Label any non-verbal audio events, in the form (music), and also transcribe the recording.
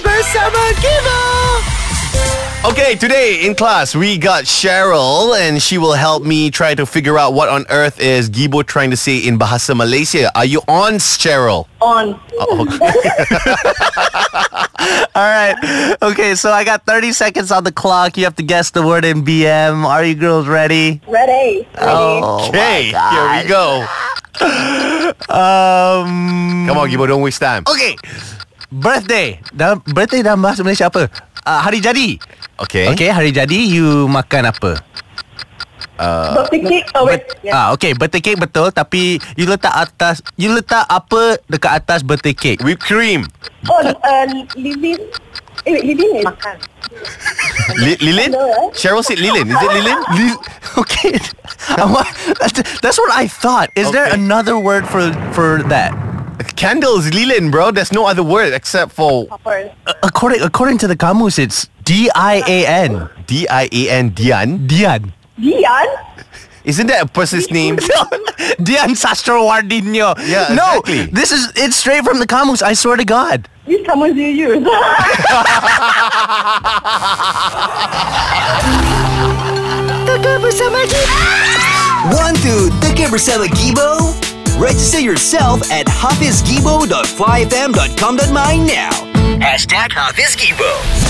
bersama kita. Okay, today in class we got Cheryl and she will help me try to figure out what on earth is Gibo trying to say in Bahasa Malaysia. Are you on, Cheryl? On. (laughs) All right. Okay, so I got 30 seconds on the clock. You have to guess the word in BM. Are you girls ready? Ready. Ready. Oh, Okay, here we go. Um, Come on, Gibo, don't waste time. okay. Birthday. Dalam, birthday dalam bahasa Malaysia apa? Uh, hari jadi. Okay. Okay, hari jadi you makan apa? Birthday cake. Oh, wait. Bet- Yeah. ah, okay, birthday cake betul tapi you letak atas you letak apa dekat atas birthday cake? Whipped cream. Oh, uh, Lilin. Eh, wait, Lilin is makan. Li- Lilin? Hello, eh? Cheryl said Lilin. Is it Lilin? Li- (laughs) (laughs) okay. I want, that's, that's what I thought. Is there Okay. another word for for that? Candle is Lilin, bro. There's no other word except for Poppers. A- According according to the Kamus, it's D I A N. D-I-A-N, Dian. Dian. Dian? Isn't that a person's name? (laughs) Dian Sastrawardinyo. Yeah, no, exactly. this is it's straight from the Kamus. I swear to God. Which Tamus do you use? (laughs) Teka bersama kita. (laughs) One, two, Teka Bersama Gibo. Register yourself at hafizgibo.flyfm.com.my now. Hashtag Hafiz Gibo.